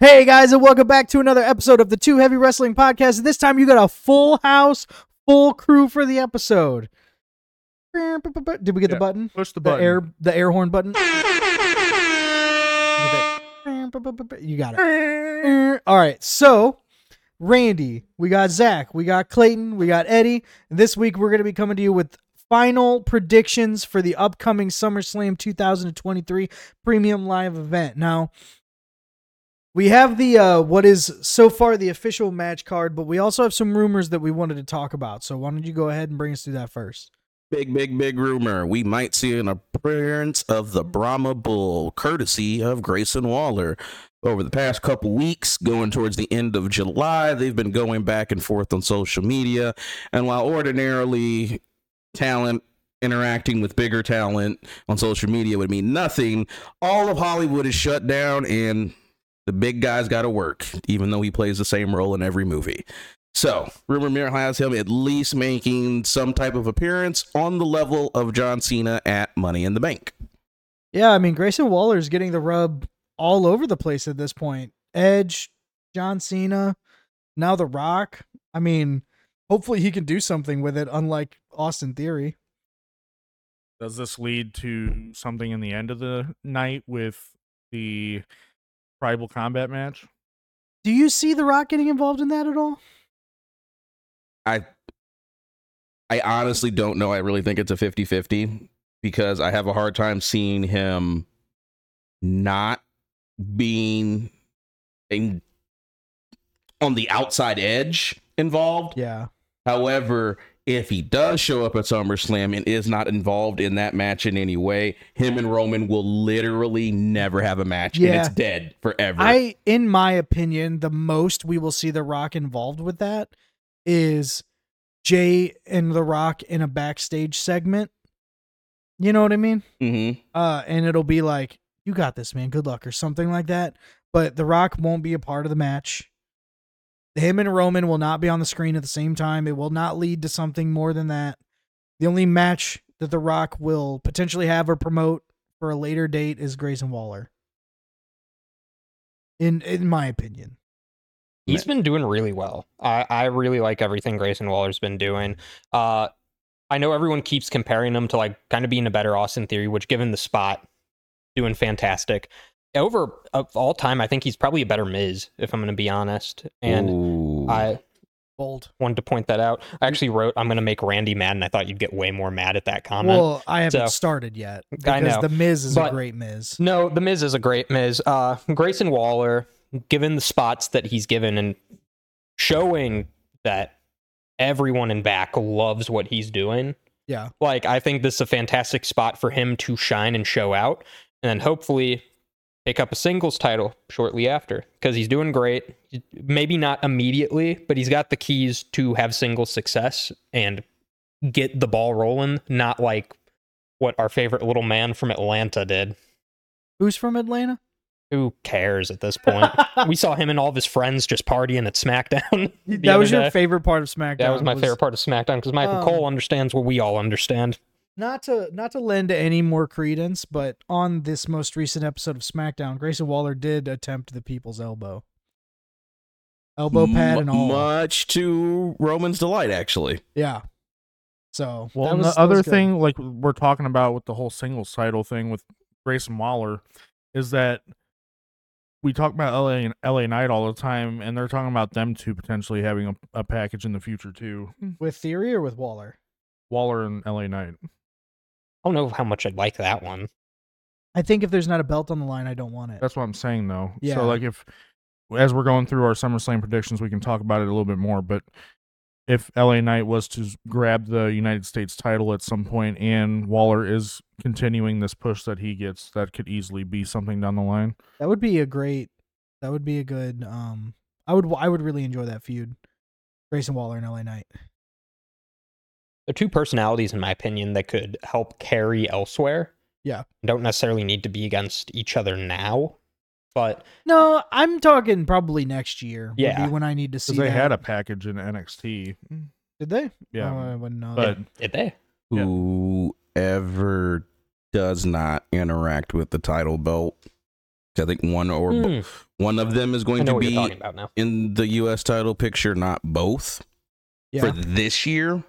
Hey guys, and welcome back to another episode of the Two Heavy Wrestling Podcast. This time you got a full house, full crew for the episode. Did we get the Yeah. button? Push The the button. air, the air horn button. You got it. All right, so Randy, we got Zach, we got Clayton, we got Eddie. And this week we're going to be coming to you with final predictions for the upcoming SummerSlam 2023 premium live event. Now, we have the uh, what is so far the official match card, but we also have some rumors that we wanted to talk about. So why don't you go ahead and bring us through that first? Big, big, big rumor. We might see an appearance of the Brahma Bull, courtesy of Grayson Waller. Over the past couple weeks, going towards the end of July, they've been going back and forth on social media. And while ordinarily talent interacting with bigger talent on social media would mean nothing, all of Hollywood is shut down and the big guy's got to work, even though he plays the same role in every movie. So, rumor mill has him at least making some type of appearance on the level of John Cena at Money in the Bank. Yeah, I mean Grayson Waller is getting the rub all over the place at this point. Edge, John Cena, now The Rock. I mean, hopefully he can do something with it, unlike Austin Theory. Does this lead to something in the end of the night with the tribal combat match? Do you see The Rock getting involved in that at all? I I honestly don't know. I really think it's a 50-50 because I have a hard time seeing him not being in, on the outside edge involved. Yeah. However, if he does show up at SummerSlam and is not involved in that match in any way, him and Roman will literally never have a match and Yeah. it's dead forever. I in my opinion, the most we will see The Rock involved with that is Jay and The Rock in a backstage segment. You know what I mean? Mhm. uh, and it'll be like, "You got this, man. Good luck," or something like that. But The Rock won't be a part of the match. Him and Roman will not be on the screen at the same time. It will not lead to something more than that. The only match that The Rock will potentially have or promote for a later date is Grayson Waller. In in my opinion, He's been doing really well. I, I really like everything Grayson Waller's been doing. Uh, I know everyone keeps comparing him to like kind of being a better Austin Theory, which given the spot, doing fantastic. Over of all time, I think he's probably a better Miz, if I'm going to be honest. And Ooh. I bold. wanted to point that out. I actually wrote, I'm going to make Randy mad, and I thought you'd get way more mad at that comment. Well, I haven't So- started yet because I know, the Miz is a but- great Miz. No, the Miz is a great Miz. Uh, Grayson Waller, given the spots that he's given and showing that everyone in back loves what he's doing, Yeah, like I think this is a fantastic spot for him to shine and show out, and then hopefully pick up a singles title shortly after because he's doing great. Maybe not immediately, but he's got the keys to have singles success and get the ball rolling. Not like what our favorite little man from Atlanta did who's from Atlanta? who cares at this point? we saw him and all of his friends just partying at SmackDown. the that was other your day. favorite part of SmackDown. That was my favorite part of SmackDown because Michael Um, Cole understands what we all understand. not to not to lend any more credence, but on this most recent episode of SmackDown, Grayson Waller did attempt the people's elbow, elbow pad and M- all. Much to Roman's delight, actually. yeah. So Well, that and was- the that was other good. thing, like we're talking about with the whole singles title thing with Grayson Waller, is that we talk about LA and LA Knight all the time, and they're talking about them two potentially having a, a package in the future too. with Theory or with Waller, Waller and LA Knight. I don't know how much I'd like that one. I think if there's not a belt on the line, I don't want it. That's what I'm saying though. Yeah. So like if as we're going through our SummerSlam predictions, we can talk about it a little bit more, but if LA Knight was to s- grab the United States title at some point and Waller is continuing this push that he gets, that could easily be something down the line. That would be a great. That would be a good. Um, I would I would really enjoy that feud, Grayson Waller and LA Knight. They're two personalities, in my opinion, that could help carry elsewhere. Yeah. Don't necessarily need to be against each other now, but No, I'm talking probably next year. would Yeah. be when I need to see. Because they that. Mm. had a package in NXT. Did they? Yeah. Oh, I wouldn't know. But did they? Yeah. Whoever does not interact with the title belt I think one or bo- Hmm, one of them is I going know to what you're be talking about now. in the U.S. title picture, not both for Yeah. this year,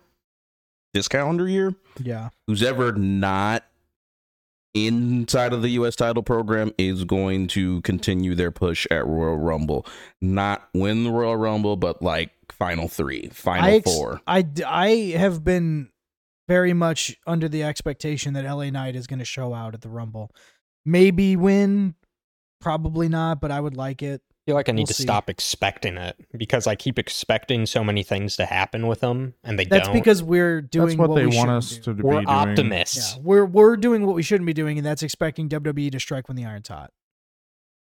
this calendar year. Yeah. who's ever not inside of the US title program is going to continue their push at Royal Rumble. Not win the Royal Rumble, but like final three, final I ex- four. I d- I have been very much under the expectation that LA Knight is going to show out at the Rumble. Maybe win, probably not, but I would like it. I feel like I need We'll to see. stop expecting it because I keep expecting so many things to happen with them and they That's don't. because we're doing That's what, they we want shouldn't us do. to be we're doing. optimists. Yeah, we're we're doing what we shouldn't be doing, and that's expecting WWE to strike when the iron's hot.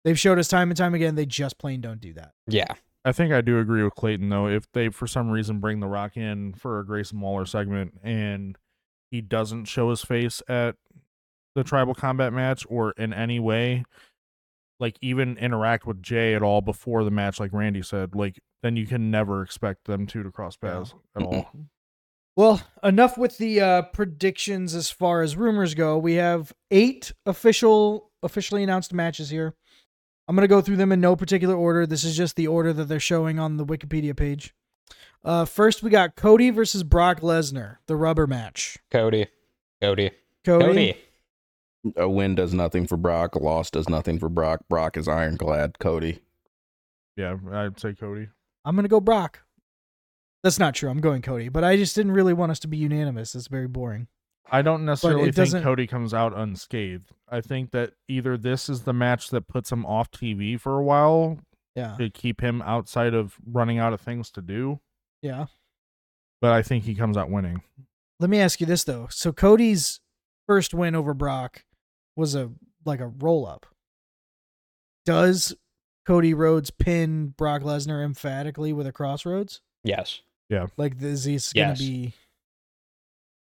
They've showed us time and time again they just plain don't do that. Yeah. I think I do agree with Clayton though. If they for some reason bring The Rock in for a Grayson Waller segment and he doesn't show his face at the tribal combat match or in any way, like even interact with Jay at all before the match, like Randy said, like then you can never expect them two to cross paths at all. Well, enough with the uh, predictions as far as rumors go. We have eight official, officially announced matches here. I'm gonna go through them in no particular order. This is just the order that they're showing on the Wikipedia page. Uh, first, we got Cody versus Brock Lesnar, the rubber match. Cody. Cody. Cody, Cody. A win does nothing for Brock. A loss does nothing for Brock. Brock is ironclad. Cody. Yeah, I'd say Cody. I'm gonna go Brock. That's not true. I'm going Cody, but I just didn't really want us to be unanimous. It's very boring. I don't necessarily think doesn't- Cody comes out unscathed. I think that either this is the match that puts him off TV for a while Yeah, to keep him outside of running out of things to do, yeah. but I think he comes out winning. Let me ask you this though. So Cody's first win over Brock was a like a roll up. Does Cody Rhodes pin Brock Lesnar emphatically with a crossroads? Yes. Like is this gonna Yes. be?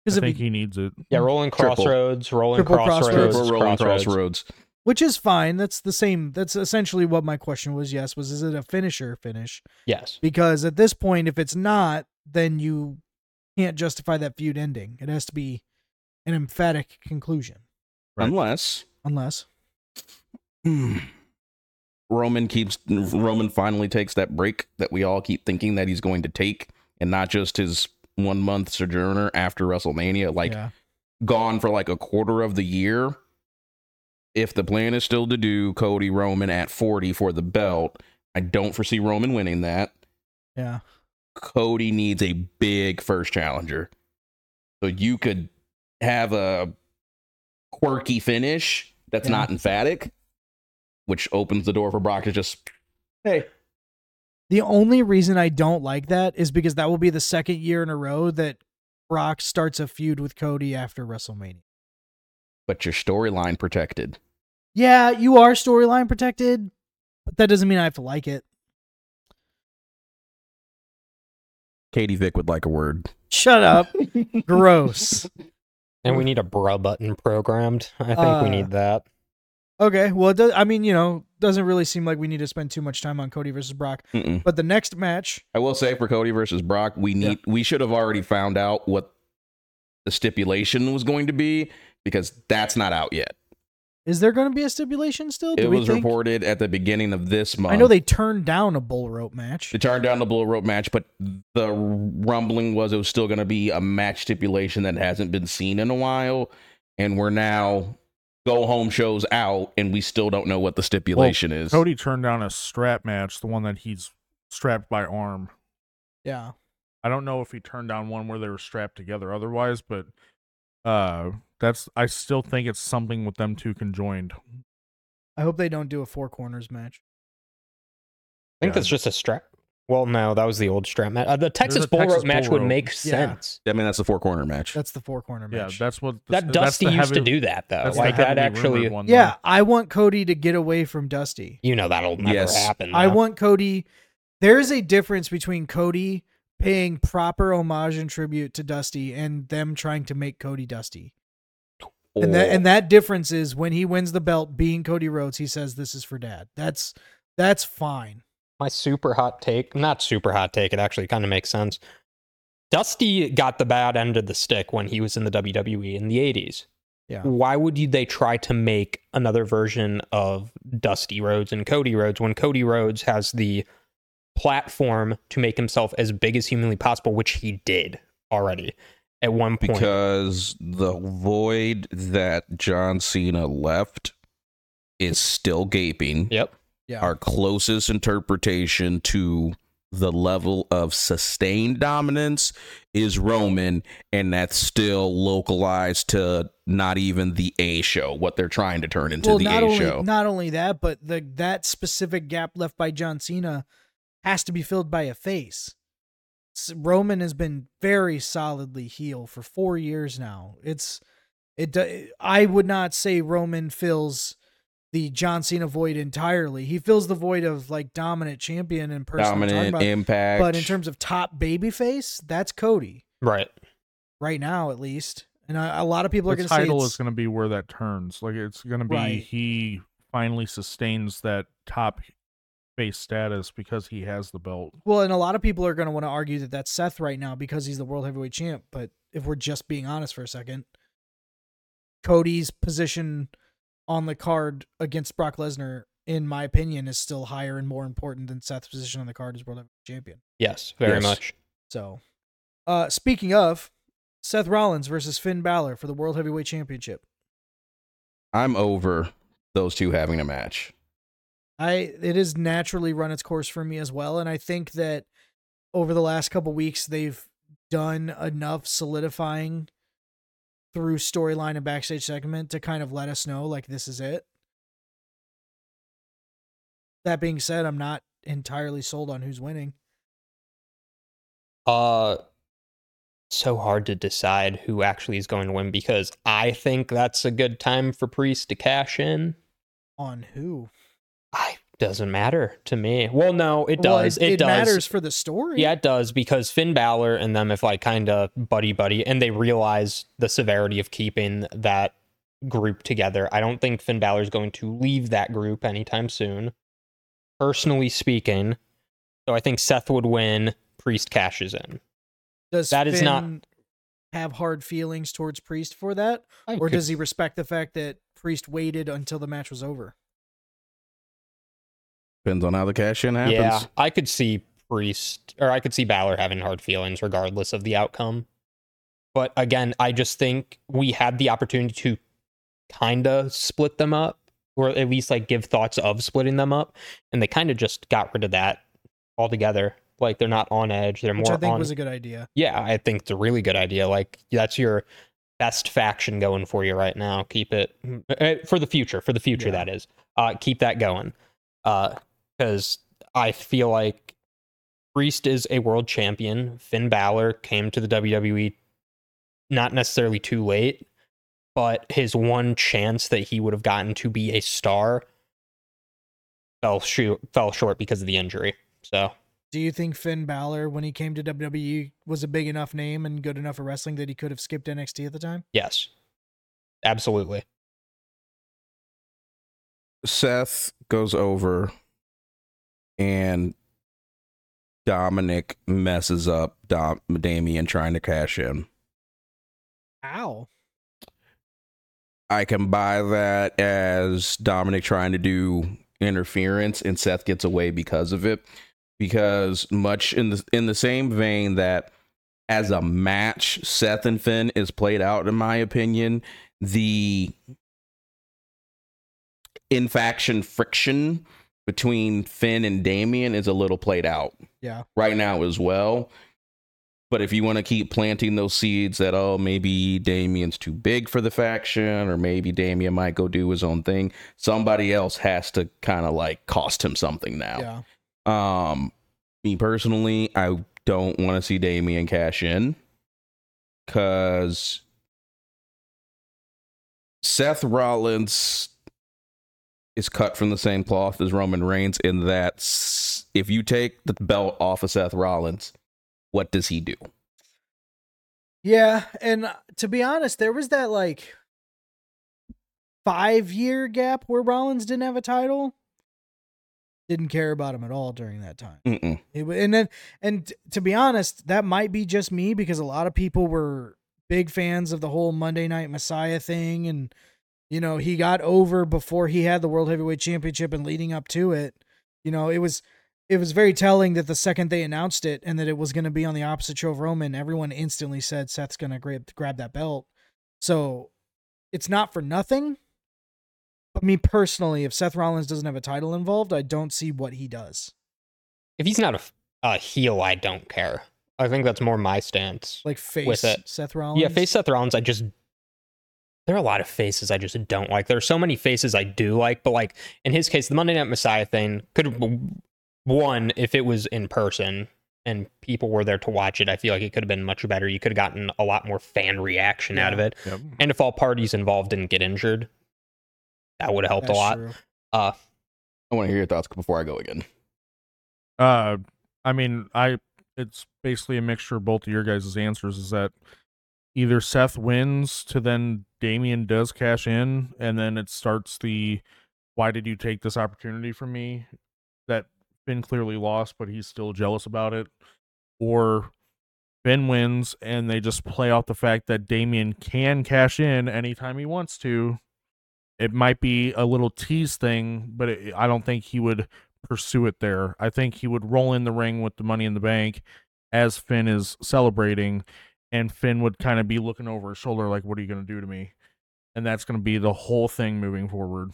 I Because think he needs it. Yeah, rolling Triple. crossroads, rolling Mm. Triple crossroads, Crossroads. Triple rolling crossroads. crossroads. which is fine. That's the same. That's essentially what my question was. Yes, was is it a finisher finish? Yes. Because at this point, if it's not, then you can't justify that feud ending. It has to be an emphatic conclusion, Right. Unless unless Roman keeps Roman finally takes that break that we all keep thinking that he's going to take, and not just his one month sojourner after WrestleMania. Like yeah. gone for like a quarter of the year. If the plan is still to do Cody Roman at 40 for the belt, I don't foresee Roman winning that. yeah. Cody needs a big first challenger. So you could have a quirky finish that's Yeah. not emphatic, which opens the door for Brock to just, hey, The only reason I don't like that is because that will be the second year in a row that Brock starts a feud with Cody after WrestleMania. but your storyline protected. Yeah, you are storyline protected, but that doesn't mean I have to like it. Katie Vick would like a word. Shut up. Gross. And we need a bra button programmed. I think Uh, we need that. Okay, well, it does, I mean, you know, doesn't really seem like we need to spend too much time on Cody versus Brock. Mm-mm. But the next match, I will say for Cody versus Brock, we Yeah. need we should have already found out what the stipulation was going to be because that's not out yet. is there going to be a stipulation still? Do it we was think? reported at the beginning of this month. I know they turned down a bull rope match. they turned down the blue rope match, but the rumbling was it was still going to be a match stipulation that hasn't been seen in a while, and we're now go home shows out, and we still don't know what the stipulation is. Cody turned down a strap match, the one that he's strapped by arm. Yeah. I don't know if he turned down one where they were strapped together otherwise, but uh that's I still think it's something with them two conjoined. I hope they don't do a four corners match. I think Yeah. that's just a strap. Well, no, that was the old strap match. Uh, the Texas a Bull Texas Rope match Bull would Rope. make Yeah. sense. I mean, that's the four corner match. That's the four corner Yeah, match. that's what the, That that's Dusty the used to heavy- do that though. that's the Like that heavily actually, rumored one, though. Yeah, I want Cody to get away from Dusty. you know, that'll never Yes. happen. I though. want Cody. There's a difference between Cody paying proper homage and tribute to Dusty and them trying to make Cody Dusty. And that and that difference is when he wins the belt being Cody Rhodes, he says this is for dad. That's that's fine. my super hot take. Not super hot take. It actually kind of makes sense. Dusty got the bad end of the stick when he was E in the WWE in the 80s. Yeah. Why would you, they try to make another version of Dusty Rhodes and Cody Rhodes when Cody Rhodes has the platform to make himself as big as humanly possible, which he did already at one point? because the void that John Cena left is still gaping. yep. Yeah. Our closest interpretation to the level of sustained dominance is Roman, and that's still localized to not even the A show, what they're trying to turn into the not A only, show. Not only that, but the that specific gap left by John Cena has to be filled by a face. S- Roman has been very solidly heel for four years now. It's it. do- I would not say Roman fills the John Cena void entirely. He fills the void of like dominant champion and person. we're talking Dominant about. impact. but in terms of top babyface, that's Cody Right. right now at least. And I, a lot of people are the going to say title it's- is going to be where that turns. Like it's going to be Right. he finally sustains that top face status because he has the belt. Well, and a lot of people are going to want to argue that that's Seth right now because he's the world heavyweight champ. But if we're just being honest for a second, Cody's position on the card against Brock Lesnar, in my opinion, is still higher and more important than Seth's position on the card as world heavyweight champion. Yes. Very Yes. much. So, uh, speaking of Seth Rollins versus Finn Balor for the world heavyweight championship, I'm over those two having a match. I it has naturally run its course for me as well, and I think that over the last couple weeks they've done enough solidifying through storyline and backstage segment to kind of let us know like this is it. That being said, I'm not entirely sold on who's winning. Uh so hard to decide who actually is going to win because I think that's a good time for Priest to cash in. On who? I doesn't matter to me. Well, no, it Well, does. it, it does. matters for the story. Yeah, it does because Finn Balor and them, if like kind of buddy buddy, and they realize the severity of keeping that group together. I don't think Finn Balor's going to leave that group anytime soon, personally speaking. So I think Seth would win. Priest cashes in. Does that Finn is not- have hard feelings towards Priest for that, I or could- does he respect the fact that Priest waited until the match was over? Depends on how the cash in happens. Yeah, I could see Priest or I could see Balor having hard feelings regardless of the outcome. But again, I just think we had the opportunity to kind of split them up or at least like give thoughts of splitting them up and they kind of just got rid of that altogether. Like they're not on edge, they're which more I think on was a good idea. Yeah, I think it's a really good idea. Like that's your best faction going for you right now. Keep it eh, for the future. For the future, Yeah. that is. Uh, keep that going. Because I feel like Priest is a world champion. Finn Balor came to the WWE not necessarily too late, but his one chance that he would have gotten to be a star fell short, fell short because of the injury. So Do you think Finn Balor, when he came to WWE, was a big enough name and good enough at wrestling that he could have skipped NXT at the time? yes, absolutely. Seth goes over and Dominic messes up Dom- Damien trying to cash in. Ow. I can buy that as Dominic trying to do interference and Seth gets away because of it. Because much in the in the same vein that as a match, Seth and Finn is played out, in my opinion, the infaction friction between Finn and Damien is a little played out Yeah. right now as well. But if you want to keep planting those seeds that oh maybe Damien's too big for the faction or maybe Damien might go do his own thing, somebody else has to kind of like cost him something now. Yeah. Um me personally, I don't want to see Damien cash in cuz Seth Rollins is cut from the same cloth as Roman Reigns in that s- if you take the belt off of Seth Rollins, what does he do? Yeah. And uh, to be honest, there was that like five year gap where Rollins didn't have a title. Didn't care about him at all during that time. Mm-mm. It, wa- and then, and t- to be honest, that might be just me because a lot of people were big fans of the whole Monday Night Messiah thing, and you know he got over before he had the World Heavyweight Championship and leading up to it. You know it was it was very telling that the second they announced it and that it was going to be on the opposite show of Roman, everyone instantly said Seth's going to grab grab that belt. So it's not for nothing. But me personally, if Seth Rollins doesn't have a title involved, I don't see what he does. If he's not a, a heel, I don't care. I think that's more my stance. Like face With it. Seth Rollins. Yeah, face Seth Rollins, I just there are a lot of faces I just don't like. There are so many faces I do like, but like in his case, the Monday Night Messiah thing could one if it was in person and people were there to watch it. I feel like it could have been much better. You could have gotten a lot more fan reaction out of Yeah. it, Yep. and if all parties involved didn't get injured, that would have helped That's a lot. true. Uh, I want to hear your thoughts before I go again. Uh, I mean, I it's basically a mixture of both of your guys' answers is that either Seth wins to then Damien does cash in, and then it starts the why did you take this opportunity from me that Finn clearly lost, but he's still jealous about it, or Finn wins and they just play off the fact that Damien can cash in anytime he wants to. It might be a little tease thing, but it, I don't think he would pursue it there. I think he would roll in the ring with the money in the bank as Finn is celebrating, and Finn would kind of be looking over his shoulder, like, What are you going to do to me? And that's going to be the whole thing moving forward.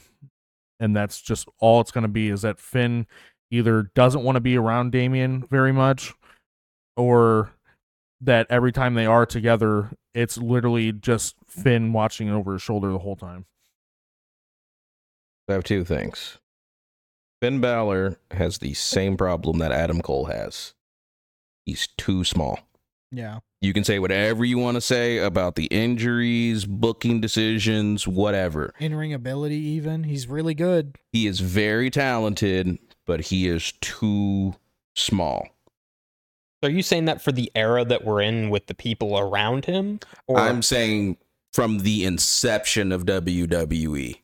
And that's just all it's going to be is that Finn either doesn't want to be around Damien very much, or that every time they are together, it's literally just Finn watching over his shoulder the whole time. I have two things. Finn Balor has the same problem that Adam Cole has. He's too small. Yeah. You can say whatever you want to say about the injuries, booking decisions, whatever. In ring ability, even. He's really good. He is very talented, but he is too small. are you saying that for the era that we're in with the people around him? Or I'm saying from the inception of WWE,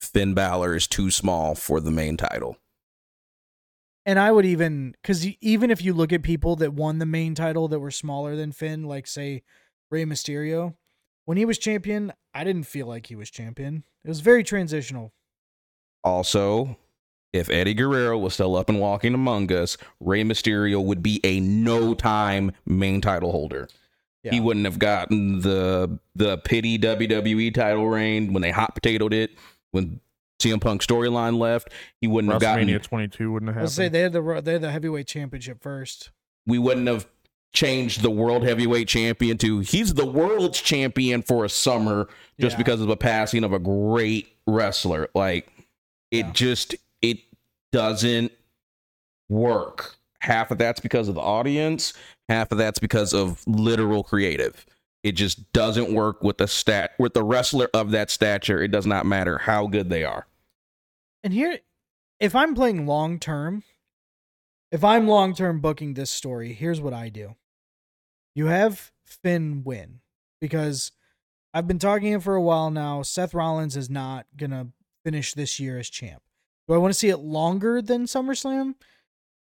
Finn Balor is too small for the main title. And I would even, because even if you look at people that won the main title that were smaller than Finn, like, say, Rey Mysterio, when he was champion, I didn't feel like he was champion. It was very transitional. Also, if Eddie Guerrero was still up and walking among us, Rey Mysterio would be a no time main title holder. Yeah. He wouldn't have gotten the the pity WWE title reign when they hot potatoed it when CM Punk storyline left. He wouldn't have WrestleMania gotten. 22 wouldn't have happened. Let's say they had the ro- they had the heavyweight championship first. We wouldn't have changed the world heavyweight champion to he's the world's champion for a summer just Yeah. because of a passing of a great wrestler. Like it Yeah. just it doesn't work. Half of that's because of the audience, half of that's because of literal creative. It just doesn't work with the stat with the wrestler of that stature. It does not matter how good they are. And here, if I'm playing long term, if I'm long term booking this story, here's what I do. You have Finn win because I've been talking it for a while now. Seth Rollins is not going to finish this year as champ. Do I want to see it longer than SummerSlam?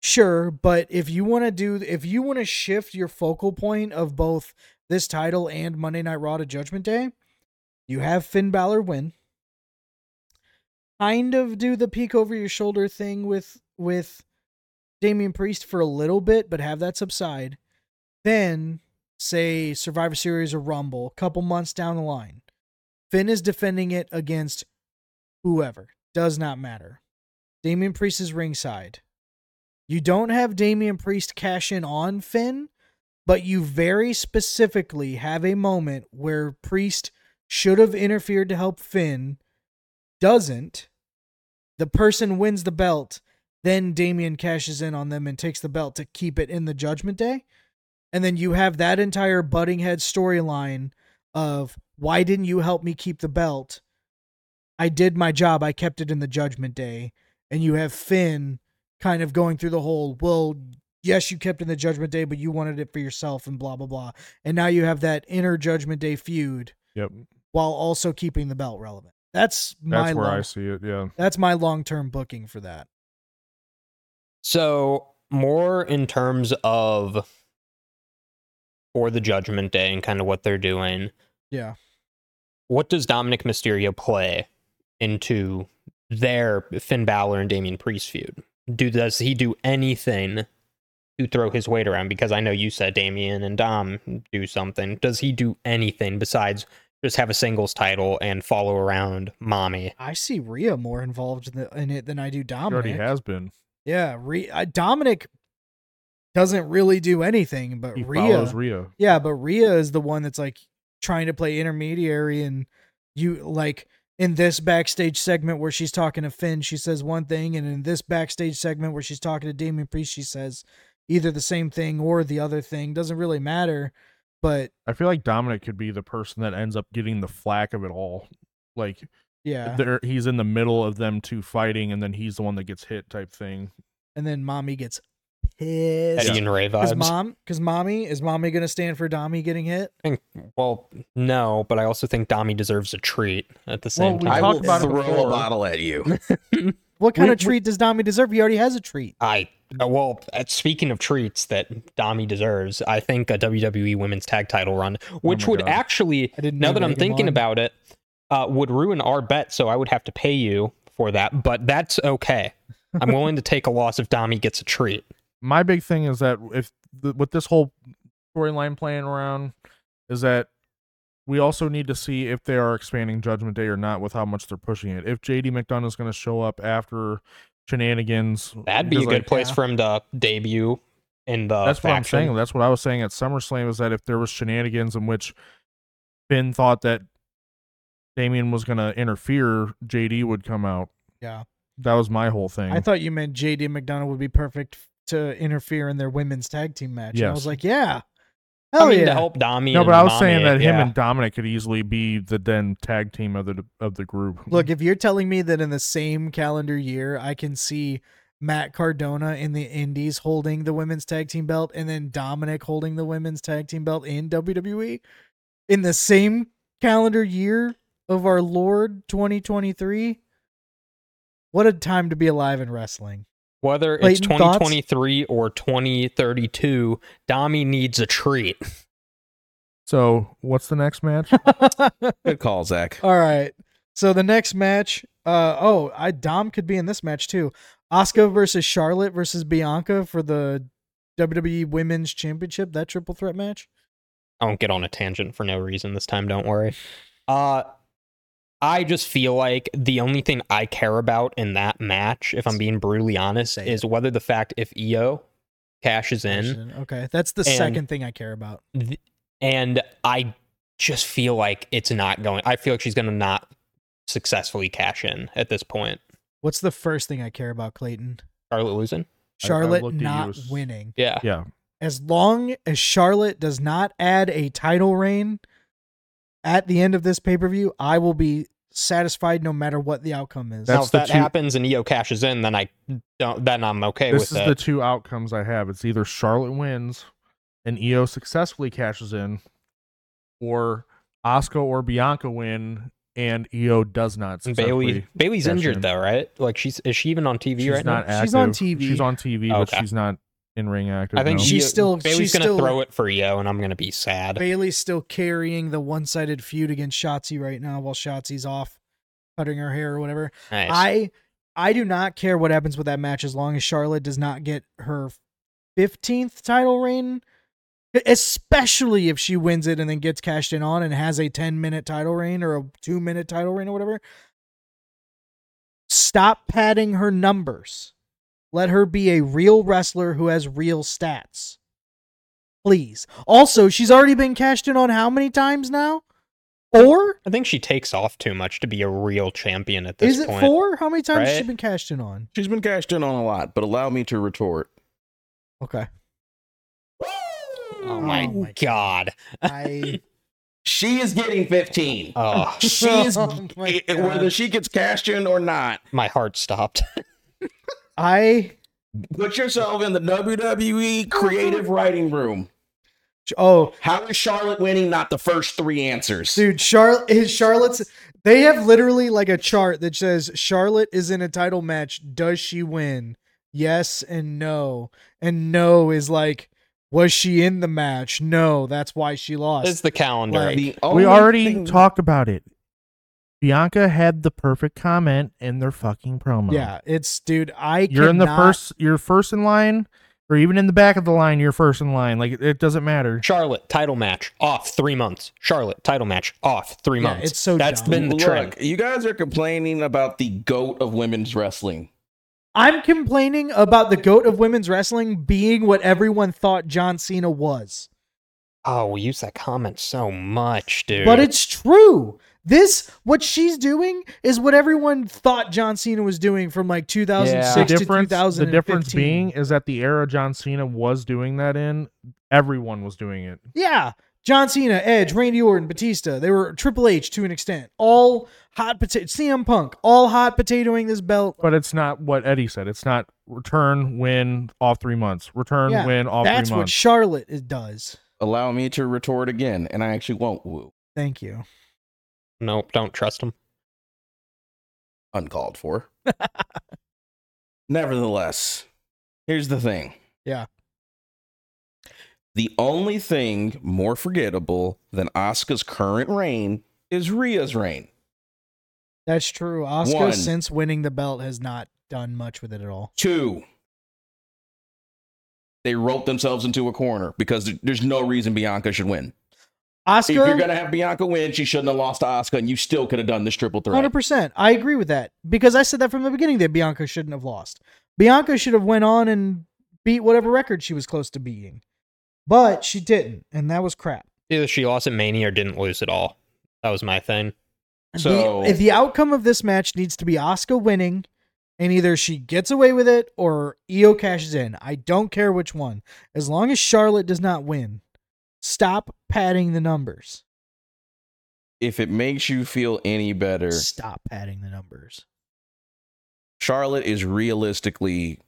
Sure, but if you want to do if you want to shift your focal point of both this title and Monday Night Raw to Judgment Day, you have Finn Balor win kind of do the peek over your shoulder thing with with Damian Priest for a little bit, but have that subside. Then say Survivor Series or Rumble, a couple months down the line. Finn is defending it against whoever. Does not matter. Damian Priest is ringside. You don't have Damian Priest cash in on Finn, but you very specifically have a moment where Priest should have interfered to help Finn doesn't, the person wins the belt. Then Damien cashes in on them and takes the belt to keep it in the Judgment Day. And then you have that entire butting head storyline of why didn't you help me keep the belt? I did my job. I kept it in the Judgment Day. And you have Finn kind of going through the whole, well, yes, you kept it in the Judgment Day, but you wanted it for yourself and blah, blah, blah. And now you have that inner Judgment Day feud Yep. while also keeping the belt relevant. That's my That's where long- I see it. Yeah. that's my long term booking for that. So more in terms of for the Judgment Day and kind of what they're doing. Yeah. What does Dominic Mysterio play into their Finn Balor and Damian Priest feud? Do does he do anything to throw his weight around? Because I know you said Damian and Dom do something. Does he do anything besides just have a singles title and follow around mommy? I see Rhea more involved in, the, in it than I do He Dominic. already has been. Yeah, Rhea, uh, Dominic doesn't really do anything, but He Rhea. follows Rhea. Yeah, but Rhea is the one that's like trying to play intermediary and you like in this backstage segment where she's talking to Finn, she says one thing, and in this backstage segment where she's talking to Damien Priest, she says either the same thing or the other thing. Doesn't really matter. But I feel like Dominic could be the person that ends up getting the flack of it all. Like yeah. there he's in the middle of them two fighting and then he's the one that gets hit type thing. And then mommy gets pissed. Eddie and Ray Cause vibes. mom, cause mommy is mommy gonna stand for Dommy getting hit? well, no, but I also think Dami deserves a treat at the Well, same we time. I will talked about it throw before. a bottle at you. What kind We- of treat does Dommy deserve? He already has a treat. I uh, well, uh, speaking of treats that Dami deserves, I think a WWE Women's Tag Title run, which Oh my would God. actually, I didn't now know that I'm Megan thinking won. about it, uh, would ruin our bet. So I would have to pay you for that, but that's okay. I'm willing to take a loss if Dami gets a treat. My big thing is that if the, with this whole storyline playing around is that we also need to see if they are expanding Judgment Day or not with how much they're pushing it. If JD McDonough is going to show up after shenanigans, That'd be a because, good like, place yeah. for him to debut in the. that's what I'm uh, faction. saying. That's what I was saying at SummerSlam is that if there was shenanigans in which Finn thought that Damien was going to interfere, JD would come out. Yeah. That was my whole thing. I thought you meant JD McDonough would be perfect to interfere in their women's tag team match. And I Yes. was like, yeah. I Hell mean, yeah. to help Dami. no, and but I was Mommy saying it, that him yeah. and Dominic could easily be the then tag team of the of the group. Look, if you're telling me that in the same calendar year, I can see Matt Cardona in the Indies holding the women's tag team belt and then Dominic holding the women's tag team belt in WWE in the same calendar year of our Lord 2023, what a time to be alive in wrestling. Whether it's Clayton, thoughts? 2023 or 2032, Dami needs a treat. So, what's the next match? Good call, Zach. All right. So the next match, uh oh, I Dom could be in this match too. Oscar versus Charlotte versus Bianca for the WWE Women's Championship, that triple threat match. I won't get on a tangent for no reason this time, don't worry. Uh I just feel like the only thing I care about in that match, if I'm being brutally honest, Say it. is whether the fact if EO cashes in Oh, Okay, that's the And- second thing I care about. th- and I just feel like it's not going I feel like she's gonna not successfully cash in at this point. What's the first thing I care about, Clayton? Charlotte losing? I Charlotte looked at you not as- winning. Yeah. yeah. As long as Charlotte does not add a title reign at the end of this pay per view, I will be satisfied no matter what the outcome is. That's now if the that two- happens and EO cashes in, then I don't then I'm okay This is with it. the two outcomes I have. It's either Charlotte wins and EO successfully cashes in or Oscar or Bianca win and EO does not and successfully. Bailey Bailey's cash injured in. though, right? Like she's is she even on TV She's right now? not active. She's on TV. She's on TV, but Okay. she's not in ring active. I think no. she- She's Io- still- Bailey's she's gonna still- throw it for Io, and I'm gonna be sad. Bailey's still carrying the one-sided feud against Shotzi right now while Shotzi's off cutting her hair or whatever. Nice. I I do not care what happens with that match as long as Charlotte does not get her 15th title reign, e, especially if she wins it and then gets cashed in on and has a 10-minute title reign or a 2-minute title reign or whatever. Stop padding her numbers. Let her be a real wrestler who has real stats. Please. Also, she's already been cashed in on how many times now? Four? I think she takes off too much to be a real champion at this Is it point. four? How many times has she right? been cashed in on? She's been cashed in on a lot, but allow me to retort. Okay. Oh my, Oh my god. I She is getting 15. Oh, She is, Oh my it- whether God. she gets cashed in or not, my heart stopped. I put yourself in the WWE creative writing room. oh How is Charlotte winning not the first three answers? dude, Charlotte is Charlotte's. They have literally like a chart that says Charlotte is in a title match. Does she win? Yes and no, and no is like Was she in the match? No, that's why she lost. It's the calendar. Like- Uh, The we only already thing- talked about it. Bianca had the perfect comment in their fucking promo. yeah, it's dude. I You're in the cannot- first you're first in line or even in the back of the line you're first in line. Like it, it doesn't matter. Charlotte title match off three months. Charlotte title match off three Yeah, months. it's so That's dumb. been the trend. Look, you guys are complaining about the goat of women's wrestling. I'm complaining about the goat of women's wrestling being what everyone thought John Cena was. Oh, we use that comment so much, dude. But it's true. This what she's doing is what everyone thought John Cena was doing from like 2006 the to difference, 2015. the difference being is that the era John Cena was doing that in, everyone was doing it. Yeah. John Cena, Edge, Randy Orton, Batista. They were Triple H to an extent. All hot potato CM Punk, all hot potatoing this belt. But it's not what Eddie said. It's not return win off three months. Return Yeah, win off That's three what months. Charlotte is, does. Allow me to retort again, and I actually won't woo. Thank you. nope, don't trust him. Uncalled for. Nevertheless, here's the thing. Yeah. The only thing more forgettable than Asuka's current reign is Rhea's reign. That's true. Oscar One. since winning the belt has not done much with it at all. Two, they roped themselves into a corner because there- there's no reason Bianca should win. Oscar If you're gonna have Bianca win, she shouldn't have lost to Asuka, and you still could have done this triple threat. Hundred percent. I agree with that because I said that from the beginning that Bianca shouldn't have lost. Bianca should have went on and beat whatever record she was close to beating, but she didn't, and that was crap. Either she lost at Mania or didn't lose at all. That was my thing. So- the, if the outcome of this match needs to be Oscar winning, and either she gets away with it or Io cashes in. I don't care which one, as long as Charlotte does not win. Stop padding the numbers. If it makes you feel any better, Stop padding the numbers. Charlotte is realistically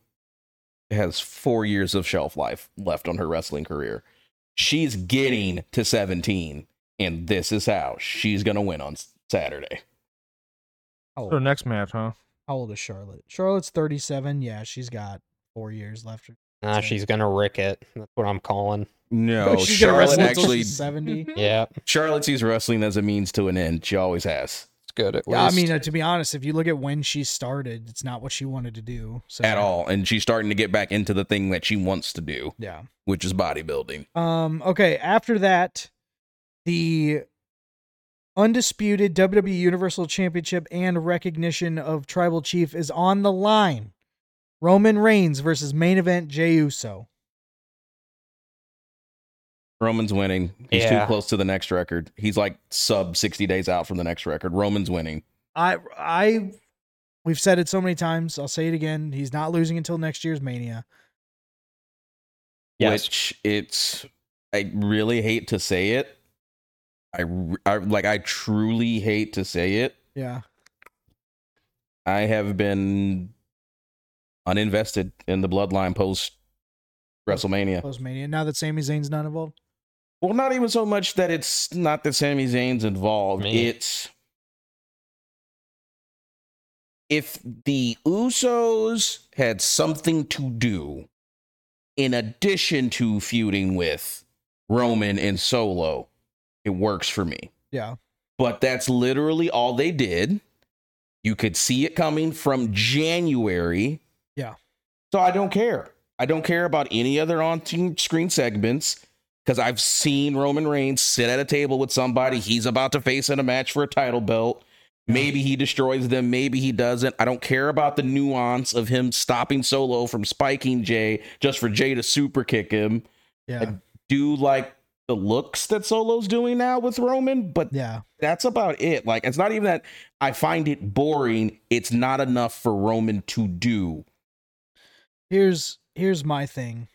has four years of shelf life left on her wrestling career. She's getting to 17, and this is how she's gonna win on S- Saturday. How old, So next match, huh? how old is Charlotte? Charlotte's thirty-seven. Yeah, she's got four years left. Nah, she's gonna rick it. That's what I'm calling. No, Oh, she's gonna Oh, Charlotte wrestle until actually she's seventy. Yeah, Charlotte sees wrestling as a means to an end. She always has. it's good at least. Yeah, I mean, uh, to be honest, if you look at when she started, it's not what she wanted to do so. At all, and she's starting to get back into the thing that she wants to do, Yeah. which is bodybuilding. Um. Okay. After that, the undisputed WWE Universal Championship and recognition of Tribal Chief is on the line. Roman Reigns versus main event Jey Uso. Roman's winning. He's Yeah. too close to the next record. He's like sub 60 days out from the next record. Roman's winning. I I we've said it so many times. I'll say it again. He's not losing until next year's Mania. yes. Which it's I really hate to say it. I, r- I- like I truly hate to say it. Yeah. I have been uninvested in the bloodline post WrestleMania. Post Mania. Now that Sami Zayn's not involved. Well, not even so much that it's not that Sami Zayn's involved. Man. It's if the Usos had something to do in addition to feuding with Roman and Solo, it works for me. Yeah. But that's literally all they did. You could see it coming from January. Yeah. So I don't care. I don't care about any other on screen segments because I've seen Roman Reigns sit at a table with somebody he's about to face in a match for a title belt. Maybe he destroys them. Maybe he doesn't. I don't care about the nuance of him stopping Solo from spiking Jay just for Jay to super kick him. Yeah. Do like the looks that Solo's doing now with Roman, but Yeah. that's about it. Like it's not even that I find it boring. It's not enough for Roman to do. here's here's my thing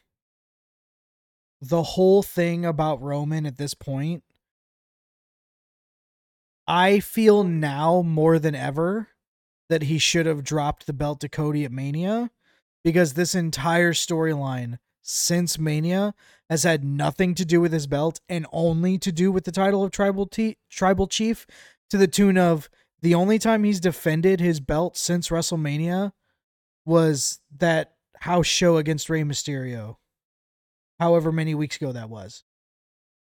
the whole thing about roman at this point i feel now more than ever that he should have dropped the belt to cody at mania because this entire storyline since mania has had nothing to do with his belt and only to do with the title of tribal t- tribal chief to the tune of the only time he's defended his belt since wrestlemania was that house show against Rey Mysterio however many weeks ago that was.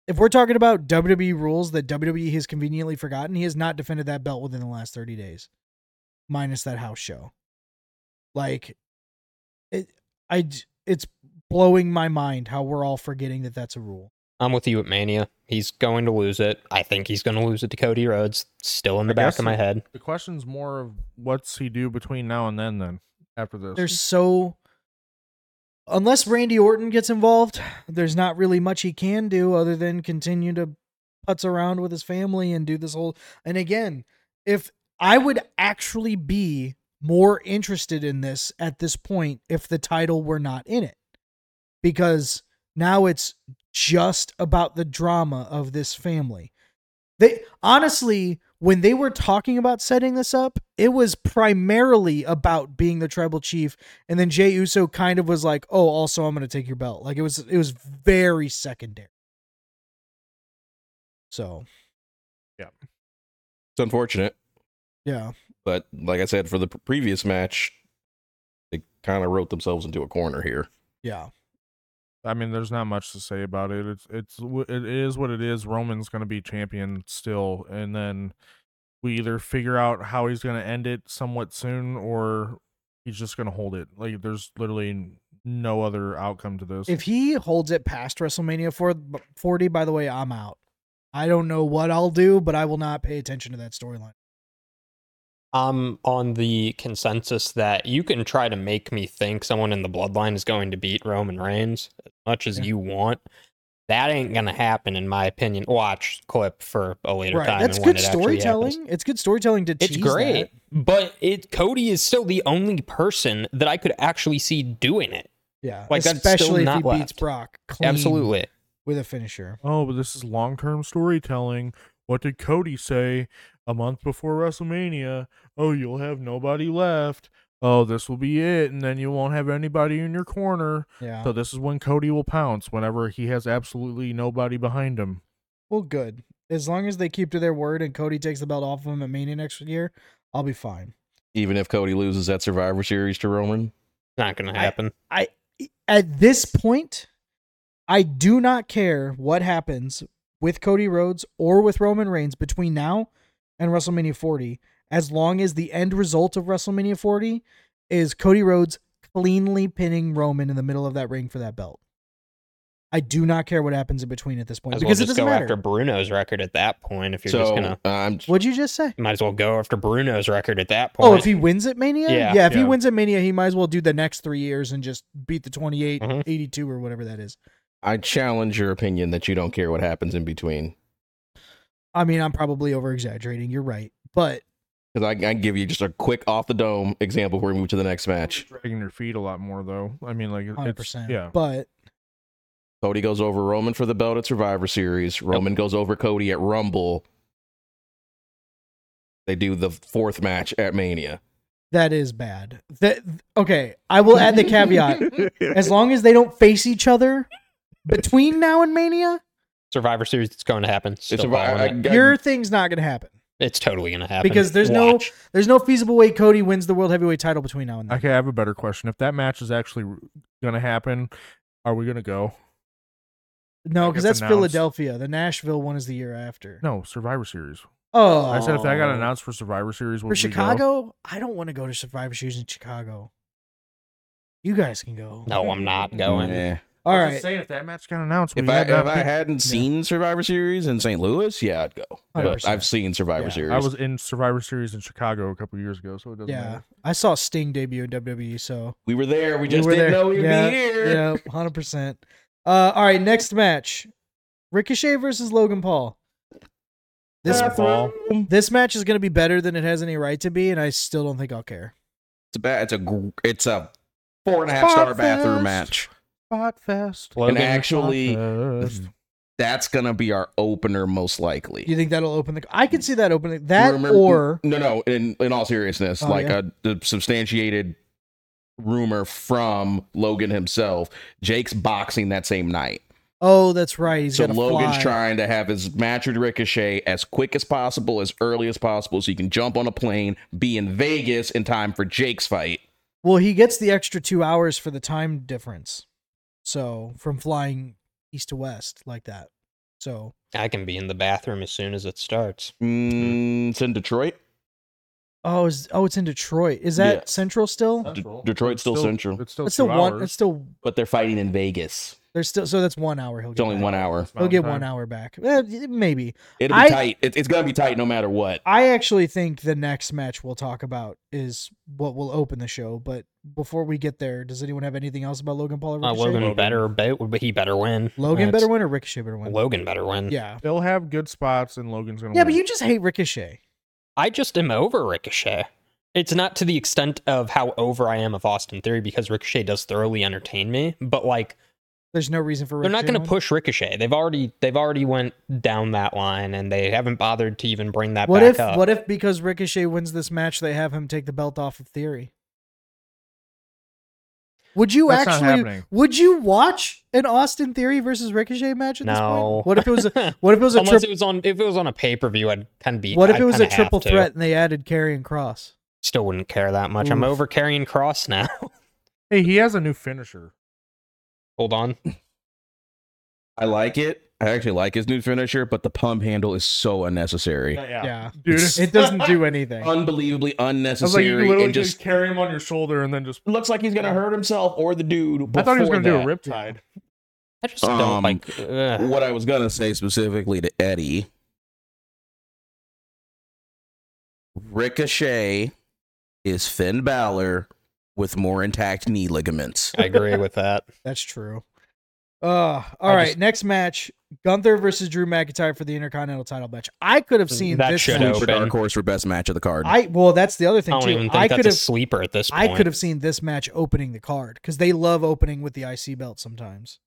If we're talking about WWE rules that WWE has conveniently forgotten, he has not defended that belt within the last 30 days, minus that house show. Like, it, I, j- it's blowing my mind how we're all forgetting that that's a rule. I'm with you at Mania. He's going to lose it. I think he's going to lose it to Cody Rhodes. Still in the I back guess of my so. head. The question's more of what's he do between now and then. Then after this, There's so, unless Randy Orton gets involved, there's not really much he can do other than continue to putz around with his family and do this whole. And again, if I would actually be more interested in this at this point if the title were not in it, because now it's just about the drama of this family. They honestly, when they were talking about setting this up, it was primarily about being the tribal chief, and then Jay Uso kind of was like, "Oh, also, I'm going to take your belt." Like it was, it was very secondary. So It's unfortunate, yeah, but like I said for the p- previous match, they kind of wrote themselves into a corner here. yeah, I mean, there's not much to say about it. It's it's w- it is what it is. Roman's going to be champion still, and then we either figure out how he's going to end it somewhat soon, or he's just going to hold it. Like there's literally no other outcome to this. if he holds it past WrestleMania for- 40, by the way, I'm out. I don't know what I'll do, but I will not pay attention to that storyline. I'm on the consensus that you can try to make me think someone in the bloodline is going to beat Roman Reigns as much as Yeah. you want. That ain't going to happen, in my opinion. Watch clip for a later time. That's and when good it actually happens. storytelling. It's good storytelling to It's tease great, that. but it Cody is still the only person that I could actually see doing it. Yeah, Like, that's still especially if not he beats left. Brock clean Absolutely. with a finisher. oh, but this is long term storytelling. What did Cody say a month before WrestleMania? Oh, you'll have nobody left. Oh, this will be it, and then you won't have anybody in your corner. Yeah. So this is when Cody will pounce whenever he has absolutely nobody behind him. Well, good. As long as they keep to their word and Cody takes the belt off of him at Mania next year, I'll be fine. Even if Cody loses that Survivor Series to Roman, Not going to happen. At this point, I do not care what happens with Cody Rhodes or with Roman Reigns between now and WrestleMania 40, as long as the end result of WrestleMania 40 is Cody Rhodes cleanly pinning Roman in the middle of that ring for that belt. I do not care what happens in between at this point Might as well because just it doesn't go matter. after Bruno's record at that point. If you're just so going to, I'm What'd you just say? might as well go after Bruno's record at that point. Oh, if he wins at Mania? Yeah. if he Yeah. wins at Mania, he might as well do the next three years and just beat the 28, Mm-hmm. Mhm. 82, or whatever that is. I challenge your opinion that you don't care what happens in between I mean, I'm probably over exaggerating. You're right. But because I, I can give you just a quick off the dome example before we move to the next match. Dragging your feet a lot more though. I mean, like it- 100%. it's yeah. But Cody goes over Roman for the belt at Survivor Series. Roman goes over Cody at Rumble. They do the fourth match at Mania. that is bad. That Okay. I will add the caveat. as long as they don't face each other between now and Mania, Survivor Series, it's going to happen. Still It's a, calling I, it. I- your thing's not going to happen. It's totally going to happen. Because there's no- Watch. There's no feasible way Cody wins the World Heavyweight title between now and then. Okay, I have a better question. If that match is actually going to happen, are we going to go? no, That because gets that's announced. Philadelphia. The Nashville one is the year after. No, Survivor Series. Oh. I said if that got Oh. announced for Survivor Series, would For we go? Chicago, I don't want to go to Survivor Series in Chicago. You guys can go. No, I'm not going. Yeah. All I was right. just saying if that match got announced, If we I had that if I pick- hadn't seen Survivor Series in St. Louis, yeah, I'd go. But 100%. I've seen Survivor Yeah. Series. I was in Survivor Series in Chicago a couple years ago, so it doesn't Yeah. matter. I saw Sting debut in WWE, so we were there. We We just were didn't there. know we'd Yeah, be here. yeah, hundred percent. Uh, all right, next match: Ricochet versus Logan Paul. This Logan Paul. this match is going to be better than it has any right to be, and I still don't think I'll care. It's a ba- it's a gr- it's a four and a half star Spot bathroom fest. match. Spot fest. And actually- Spotfest. That's gonna be our opener most likely. You think that'll open the? I can see that opening that rumor- or no no in in all seriousness Oh, like yeah. a, the substantiated rumor from Logan himself Jake's boxing that same night oh, that's right. He's so got Logan's fly. trying to have his match with Ricochet as quick as possible as early as possible so he can jump on a plane be in Vegas in time for Jake's fight Well, he gets the extra two hours for the time difference. So from flying east to west like that. So I can be in the bathroom as soon as it starts. Mm, it's in Detroit. oh, is oh it's in Detroit. Is that Yeah. central still? D- Detroit's still central. It's still it's two still one. hours. It's still But they're fighting in Vegas. there's still so that's one hour. He'll It's get only back. one hour. It's He'll mountain get time. one hour back. Eh, maybe. It'll be I- tight. It, it's gonna be tight no matter what. I actually think the next match we'll talk about is what will open the show. But before we get there, does anyone have anything else about Logan Paul or Uh, Ricochet? Logan, better, but he better win. Logan That's- better win or Ricochet better win? Logan better win. Yeah. They'll have good spots, and Logan's gonna. Yeah, win. but you just hate Ricochet. I just am over Ricochet. It's not to the extent of how over I am of Austin Theory because Ricochet does thoroughly entertain me, but like There's no reason for they're Ricochet. not going to win. push Ricochet. They've already they've already went down that line and they haven't bothered to even bring that What back if up. what if because Ricochet wins this match, they have him take the belt off of Theory? Would you That's not actually? happening. Would you watch an Austin Theory versus Ricochet match at this No. point? What if it was a What if it was a Unless trip, it was on if it was on a pay per view, I'd kind of be. What if I'd it was a kinda have triple to. threat and they added Carrying Cross? Still wouldn't care that much. I'm Oof. over carrying Cross now. Hey, he has a new finisher. Hold on. I like it. I actually like his new finisher, but the pump handle is so unnecessary. Yeah. dude. It's- It doesn't do anything. Unbelievably I was like, you unnecessary. can literally and just just carry him on your shoulder and then just. looks like he's gonna hurt himself or the dude. I thought he was before gonna do a that. riptide. I just don't Um, like. ugh. What I was gonna say specifically to Eddie, Ricochet is Finn Balor with more intact knee ligaments. I agree with that. That's true. Uh, all I right, just- next match: Gunther versus Drew McIntyre for the Intercontinental Title match. I could have seen That this. should match. For open. dark horse for best match of the card. I well, that's the other thing I don't too. even think I could that's a have sleeper at this point. I could have seen this match opening the card because they love opening with the IC belt sometimes.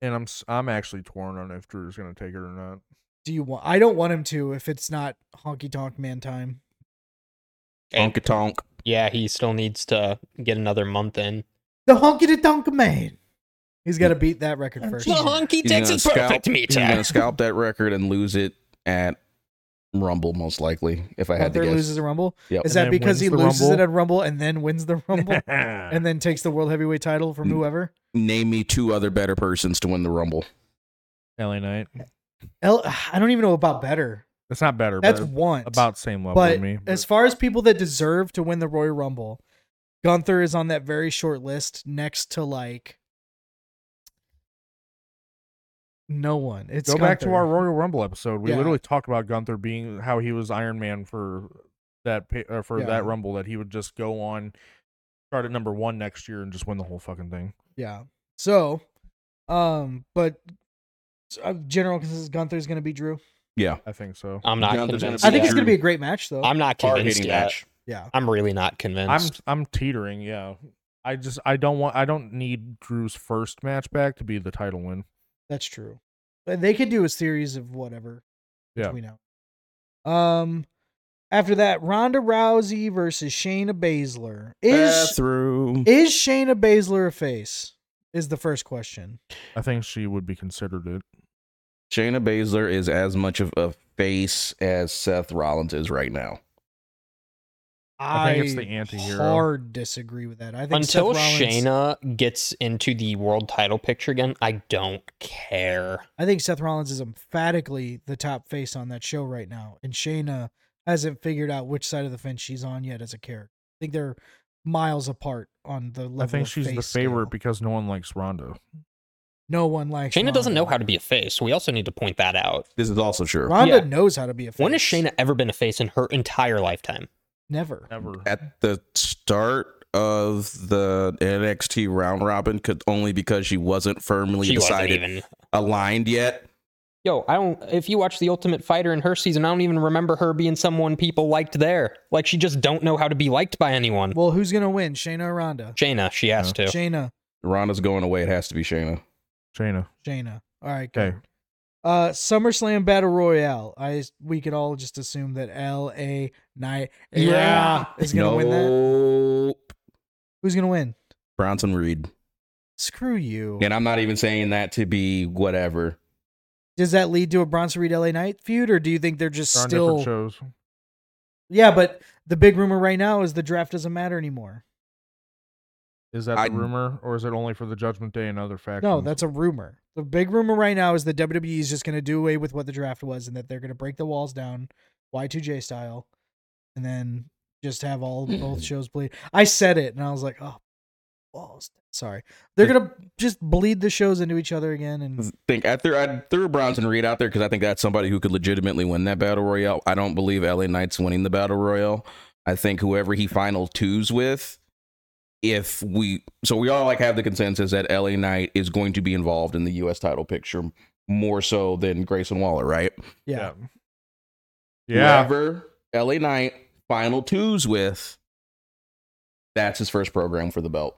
and I'm s- I'm actually torn on if Drew's gonna take it or not. Do you want? I don't want him to if it's not honky tonk man time. And- Tonka tonk. yeah, he still needs to get another month in. The honky tonk man. He's got to beat that record first. honky He's gonna scalp- He's gonna scalp that record and lose it at Rumble, most likely. If I had to Gunther guess. loses a rumble. Yep. Is And that then because wins he the loses it Rumble? at rumble and then wins the rumble and then takes the world heavyweight title from Mm. whoever? Name me two other better persons to win the Rumble. LA Knight. El- I don't even know about better. It's not better. That's but one. about same level but to me. as but- far as people that deserve to win the Royal Rumble, Gunther is on that very short list next to like no one. It's go back to Gunther. our Royal Rumble episode. We Yeah. literally talked about Gunther being how he was Iron Man for that pa- uh, for Yeah. that Rumble that he would just go on start at number one next year and just win the whole fucking thing. yeah. So, um, but uh, general consensus Gunther's going to be Drew. Yeah. I think so. I'm not Jonathan's gonna convinced. I think yet. it's going to be a great match though. I'm not Hard convinced hitting yet. match. yeah. I'm really not convinced. I'm I'm teetering. Yeah. I just I don't want I don't need Drew's first match back to be the title win. That's true. But they could do a series of whatever. which Yeah. We know. Um after that, Ronda Rousey versus Shayna Baszler. Is Bathroom. is Shayna Baszler a face? Is the first question. I think she would be considered it. Shayna Baszler is as much of a face as Seth Rollins is right now. I think it's the anti-hero. Hard disagree with that. I think Until Seth Rollins, Shayna gets into the world title picture again, I don't care. I think Seth Rollins is emphatically the top face on that show right now, and Shayna hasn't figured out which side of the fence she's on yet as a character. I think they're miles apart on the level. I think of she's the face favorite scale. because no one likes Ronda. No one likes Shayna doesn't know Ronda. how to be a face. We also need to point that out. This is also true. Ronda Yeah. knows how to be a face. When has Shayna ever been a face in her entire lifetime? Never. Ever. At the start of the NXT round robin, could only because she wasn't firmly She wasn't decided even. aligned yet. Yo, I don't. If you watch the Ultimate Fighter in her season, I don't even remember her being someone people liked there. Like she just don't know how to be liked by anyone. Well, who's gonna win, Shayna or Ronda? Shayna, she has to. Shayna. Ronda's going away. It has to be Shayna. Shayna. Shayna. All right. Okay. Good. Uh, SummerSlam Battle Royale. I we could all just assume that L A Knight Yeah. is gonna win that. Nope. Who's gonna win? Bronson Reed. Screw you. And I'm not even saying that to be whatever. Does that lead to a Bronson Reed LA Knight feud, or do you think they're just They're on different still? shows. Yeah, but the big rumor right now is the draft doesn't matter anymore. Is that the I- rumor, or is it only for the Judgment Day and other factions? No, that's a rumor. The big rumor right now is that WWE is just going to do away with what the draft was and that they're going to break the walls down, Y2J style, and then just have all both shows bleed. I said it, and I was like, oh, walls. Sorry, they're going to just bleed the shows into each other again, and think I threw I threw Bronson Reed out there because I think that's somebody who could legitimately win that battle royale. I don't believe LA Knight's winning the battle royale. I think whoever he final twos with, if we so we all like have the consensus that LA Knight is going to be involved in the US title picture more so than Grayson Waller, right? yeah, Yeah. Whoever LA Knight final twos with, that's his first program for the belt.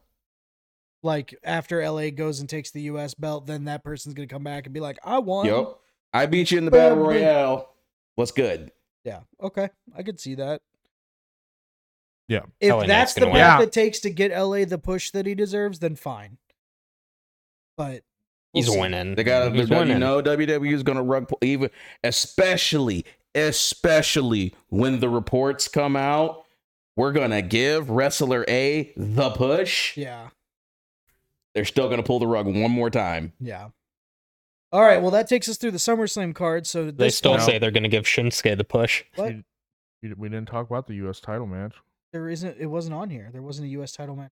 like after LA goes and takes the U.S. belt, then that person's going to come back and be like, I won. Yep. I beat you in the battle Baby. royale. What's good? Yeah. Okay. I could see that. Yeah. If LA Knight's that's the gonna path win. Yeah. that takes to get LA the push that he deserves, then fine. But He's see. winning. They got He's to, you winning. know, WWE is going to rug pull, even, especially, especially when the reports come out. We're going to give wrestler A the push. yeah, They're still going to pull the rug one more time. yeah. All right. Well, that takes us through the SummerSlam card. So They this still one- say they're going to give Shinsuke the push. what? You- We didn't talk about the U.S. title match. there isn't. It wasn't on here. There wasn't a U.S. title match.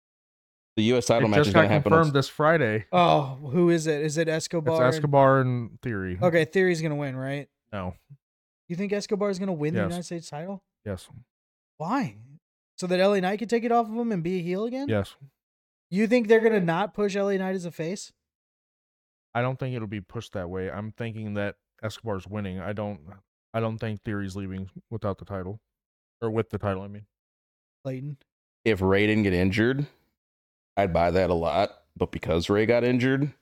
The U.S. title it match is just going got to happen. on- confirmed this Friday. Oh, who is it? Is it It's Escobar? and- Escobar and Theory. Okay, Theory's gonna win, right? No. You think Escobar is gonna win the Yes. United States title? Yes. Why? So that LA Knight could take it off of him and be a heel again? Yes. You think they're gonna not push LA Knight as a face? I don't think it'll be pushed that way. I'm thinking that Escobar's winning. I don't. I don't think Theory's leaving without the title, or with the title. I mean, Clayton. if Ray didn't get injured, I'd buy that a lot. But because Ray got injured,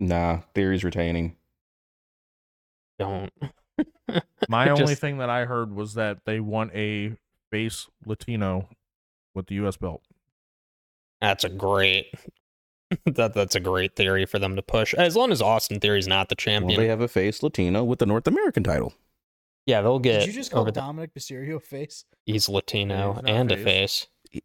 nah, Theory's retaining. Don't. my only Just- thing that I heard was that they want a face Latino with the U.S. belt. That's a great. that that's a great theory for them to push. As long as Austin Theory's not the Will champion, they have a face Latino with the North American title? yeah, they'll get. Did you just call over the- Dominic Mysterio a face? he's Yeah, Latino he's not and a face. face.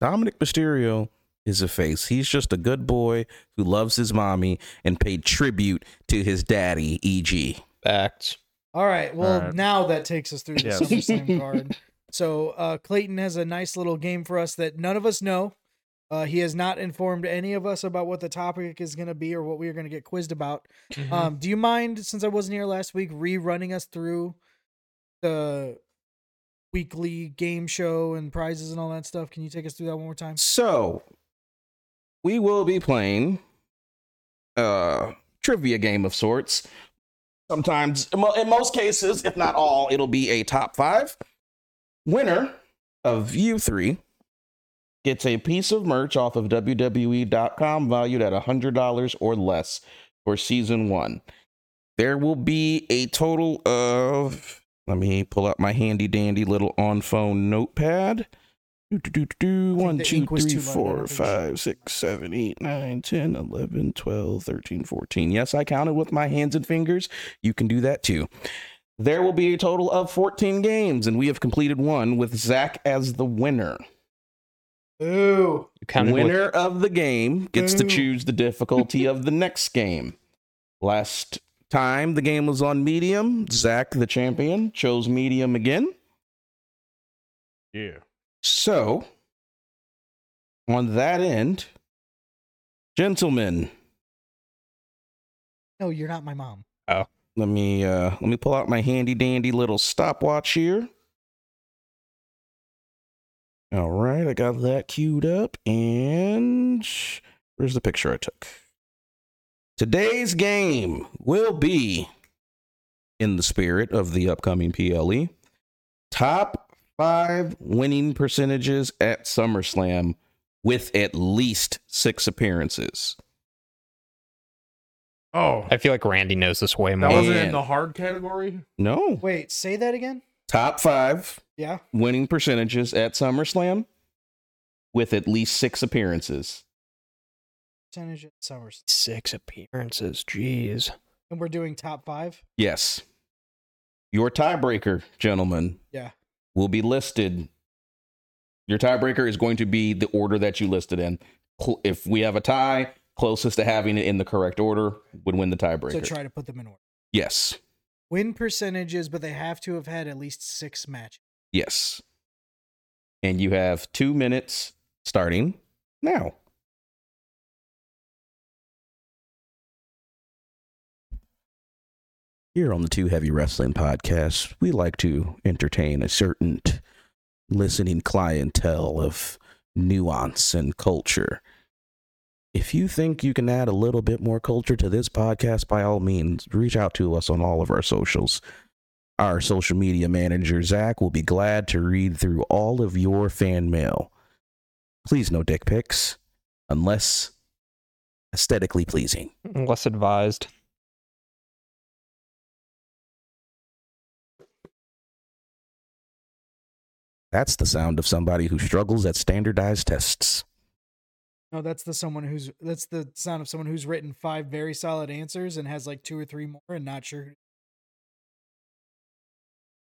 Dominic Mysterio is a face. He's just a good boy who loves his mommy and paid tribute to his daddy, E e.g. Facts. All right. Well, right. now that takes us through the Yes. SummerSlam card. So uh, Clayton has a nice little game for us that none of us know. Uh, he has not informed any of us about what the topic is going to be or what we are going to get quizzed about. Um, do you mind, since I wasn't here last week, rerunning us through the weekly game show and prizes and all that stuff? Can you take us through that one more time? So, we will be playing a trivia game of sorts. Sometimes, in mo- in most cases, if not all, it'll be a top five. Winner of you three gets a piece of merch off of WWE.com valued at $100 or less for season one. There will be a total of, let me pull out my handy dandy little on phone notepad. Do, do, do, do, do. think 1, the 2, ink was 3, too light on 4, that picture. 5, 6, 7, 8, 9, 10, 11, 12, 13, 14. Yes, I counted with my hands and fingers. You can do that too. There will be a total of 14 games, and we have completed one with Zach as the winner. Ooh. You counted with- Winner of the game gets to Boo. choose the difficulty of the next game. Last time the game was on medium, Zach, the champion, chose medium again. Yeah. So, on that end, gentlemen, No, you're not my mom. let me uh, let me pull out my handy dandy little stopwatch here. All right, I got that queued up, and where's the picture I took? Today's game will be in the spirit of the upcoming PLE. Top five winning percentages at SummerSlam with at least six appearances. Oh, I feel like Randy knows this way that more. wasn't in man. the hard category. No, Wait, say that again? top five Yeah. winning percentages at SummerSlam with at least six appearances. Percentage at SummerSlam. Six appearances. Jeez. And we're doing top five? Yes. Your tiebreaker, gentlemen, Yeah. will be listed Your tiebreaker is going to be the order that you listed in. Cl- If we have a tie, closest to having it in the correct order would win the tiebreaker. So try to put them in order. yes. Win percentages, but they have to have had at least six matches. Yes. And you have two minutes starting now. Here on the Two Heavy Wrestling Podcast, we like to entertain a certain listening clientele of nuance and culture. If you think you can add a little bit more culture to this podcast, by all means, reach out to us on all of our socials. Our social media manager, Zach, will be glad to read through all of your fan mail. Please, no dick pics, unless aesthetically pleasing. Less advised. That's the sound of somebody who struggles at standardized tests. No, that's the someone who's that's the sound of someone who's written five very solid answers and has like two or three more and not sure.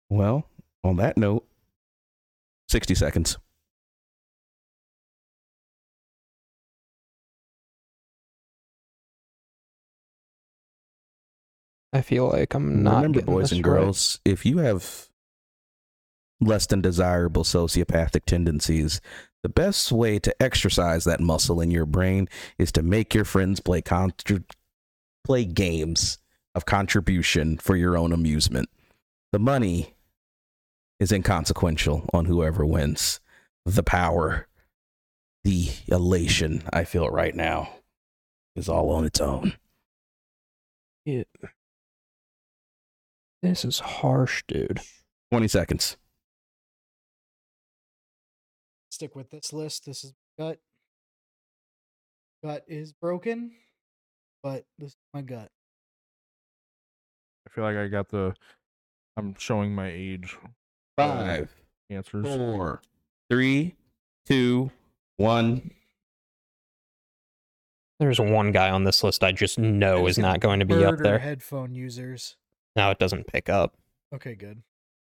Well, on that note, 60 seconds. I feel like I'm not. Remember, getting boys this and right. girls, if you have less than desirable sociopathic tendencies, the best way to exercise that muscle in your brain is to make your friends play contr play games of contribution for your own amusement. The money is inconsequential on whoever wins. The power, the elation I feel right now is all on its own. This is harsh, dude. 20 seconds. Stick with this list. This is my gut. Gut is broken, but this is my gut. I feel like I got the. I'm showing my age. Five. Answers. four, three, two, one. There's one guy on this list I just know That is is gonna not going to be up Murder there. headphone users. No, it doesn't pick up. Okay, good.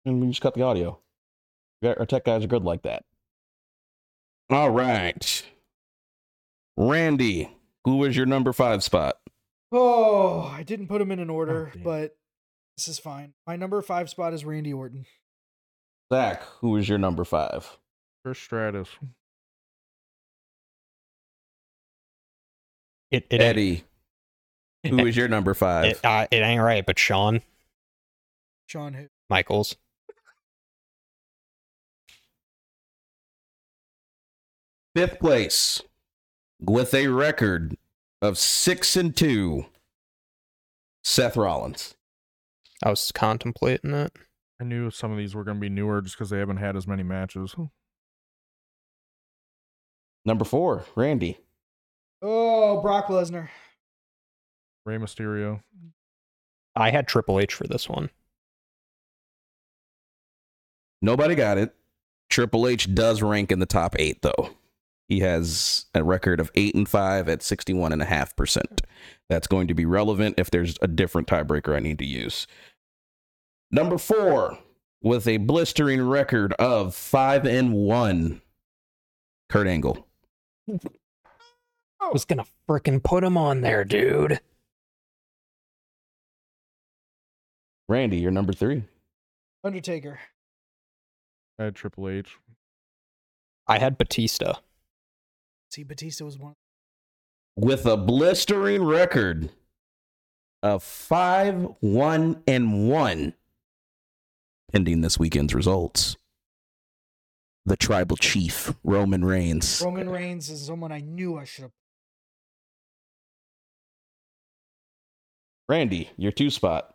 And we just cut the audio. Our tech guys are good like that. All right. Randy, who was your number five spot? Oh, I didn't put him in an Oh, order, damn. but this is fine. My number five spot is Randy Orton. Zach, who was your number five? Chris Stratus. It, it ain't- Eddie, who was your number five? It, uh, it ain't right, but Sean Sean who? Michaels. Fifth place with a record of six and two. Seth Rollins. I was contemplating it. I knew some of these were going to be newer just because they haven't had as many matches. Number four, Randy. Oh, Brock Lesnar. Rey Mysterio. I had Triple H for this one. Nobody got it. Triple H does rank in the top eight, though. He has a record of eight and five at 61.5%. That's going to be relevant if there's a different tiebreaker I need to use. Number four, with a blistering record of five and one, Kurt Angle. I was gonna frickin' put him on there, dude. Randy, you're number three. Undertaker. I had Triple H. I had Batista. See, Batista was one. With a blistering record of five, one, and one, pending this weekend's results. The tribal chief, Roman Reigns. Roman Reigns is someone I knew I should have. Randy, your two spot.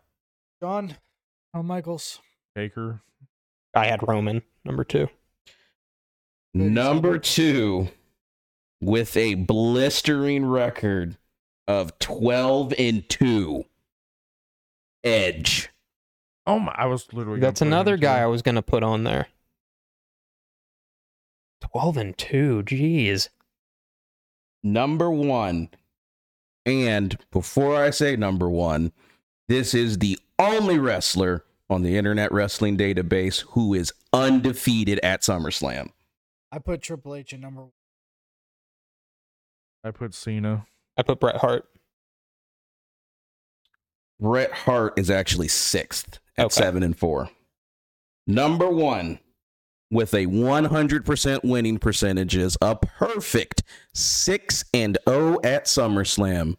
John, Shawn Michaels. Taker. I had Roman number two. Number two, with a blistering record of 12 and 2, Edge. Oh my! I was literally. gonna That's put him another too. guy I was gonna put on there. Twelve and two. Jeez. number one. And before I say number one, this is the only wrestler on the Internet Wrestling Database who is undefeated at SummerSlam. I put Triple H in number one. I put Cena. I put Bret Hart. Bret Hart is actually sixth at Okay. seven and four. Number one with a 100% winning percentage is a perfect 6 and 0 at SummerSlam.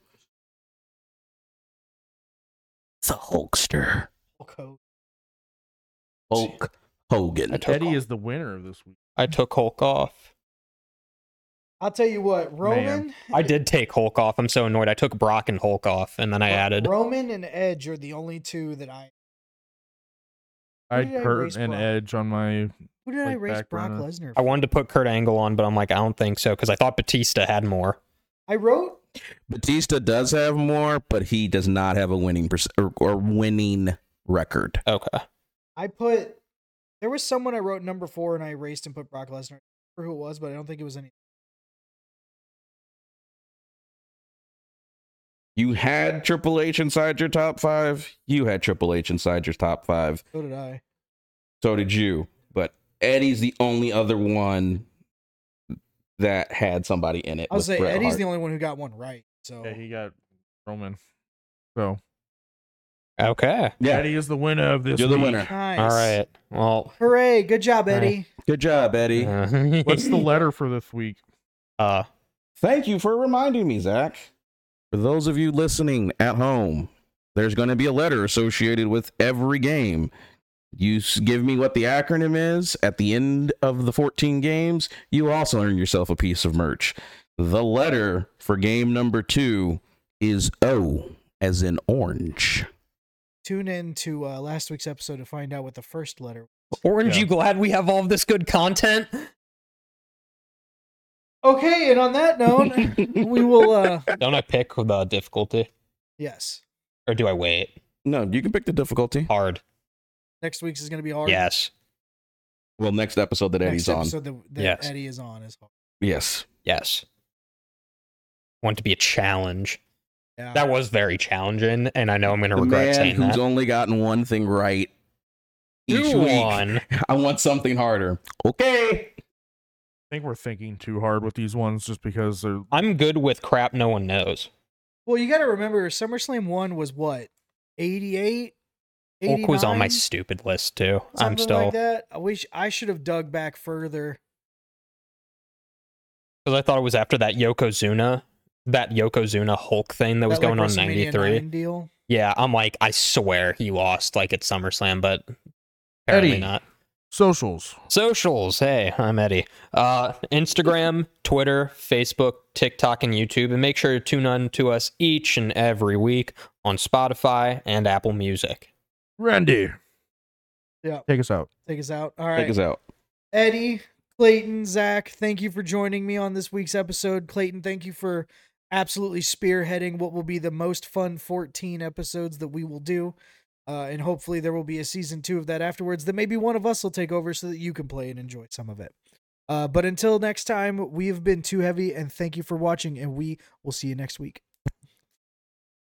The Hulkster, Hulk Hogan. Hulk Hogan. I took Eddie Hulk. is the winner of this week. I took Hulk off. I'll tell you what, Roman. I did take Hulk off. I'm so annoyed. I took Brock and Hulk off, and then I added. Roman and Edge are the only two that I. Who I did I had Kurt race and Brock? Edge on my. Who did I Like, race back Brock runner. Lesnar? I for? wanted to put Kurt Angle on, but I'm like, I don't think so because I thought Batista had more. I wrote Batista does have more, but he does not have a winning perc- or, or winning record. Okay. I put there was someone I wrote number four and I erased and put Brock Lesnar. I don't remember who it was, but I don't think it was any. You had Triple H inside your top five. You had Triple H inside your top five. So did I. So did you. But Eddie's the only other one that had somebody in it. I'll with say Bret Eddie's Hart. the only one who got one right. So Yeah, he got Roman. So Okay. Yeah, Eddie is the winner of this. you're the week. winner. nice. All right. Well, Hooray! Good job, All right. Eddie. Good job, Eddie. uh, What's the letter for this week? uh, Thank you for reminding me, Zach. For those of you listening at home, there's going to be a letter associated with every game. You s- give me what the acronym is at the end of the 14 games, you also earn yourself a piece of merch. The letter for game number two is O, as in orange. Tune in to uh, last week's episode to find out what the first letter. Orange, Yeah. you glad we have all of this good content? Okay, and on that note, Oh, we will. uh Don't I pick the difficulty, Yes, or do I wait? No, you can pick the difficulty. Hard. next week's is going to be hard. Yes. Well, next episode that next Eddie's on. episode that, that Yes. Eddie is on is hard. Yes. Yes. Want to be a challenge. Yeah. That was very challenging, and I know I'm going to the regret man saying who's that. only gotten one thing right each Do week. one. I want something harder. Okay. I think we're thinking too hard with these ones just because they're I'm good with crap no one knows. well, you got to remember, SummerSlam one was what eighty eight. Hulk was Oh, on my stupid list too. I'm Something still like that. I wish I should have dug back further. because I thought it was after that Yokozuna, that Yokozuna Hulk thing that was like, going on in WrestleMania '93. 9 deal. Yeah, I'm like, I swear he lost like at SummerSlam, but apparently Eddie. not. socials. Socials. Hey, I'm Eddie. Uh, Instagram, Twitter, Facebook, TikTok, and YouTube. And make sure to tune in to us each and every week on Spotify and Apple Music. Randy. Yeah. Take us out. Take us out. All right. Take us out. Eddie, Clayton, Zach, thank you for joining me on this week's episode. Clayton, thank you for absolutely spearheading what will be the most fun 14 episodes that we will do. Uh, and hopefully there will be a season two of that afterwards that maybe one of us will take over so that you can play and enjoy some of it. Uh, but until next time, we have been too heavy, and thank you for watching, and we will see you next week.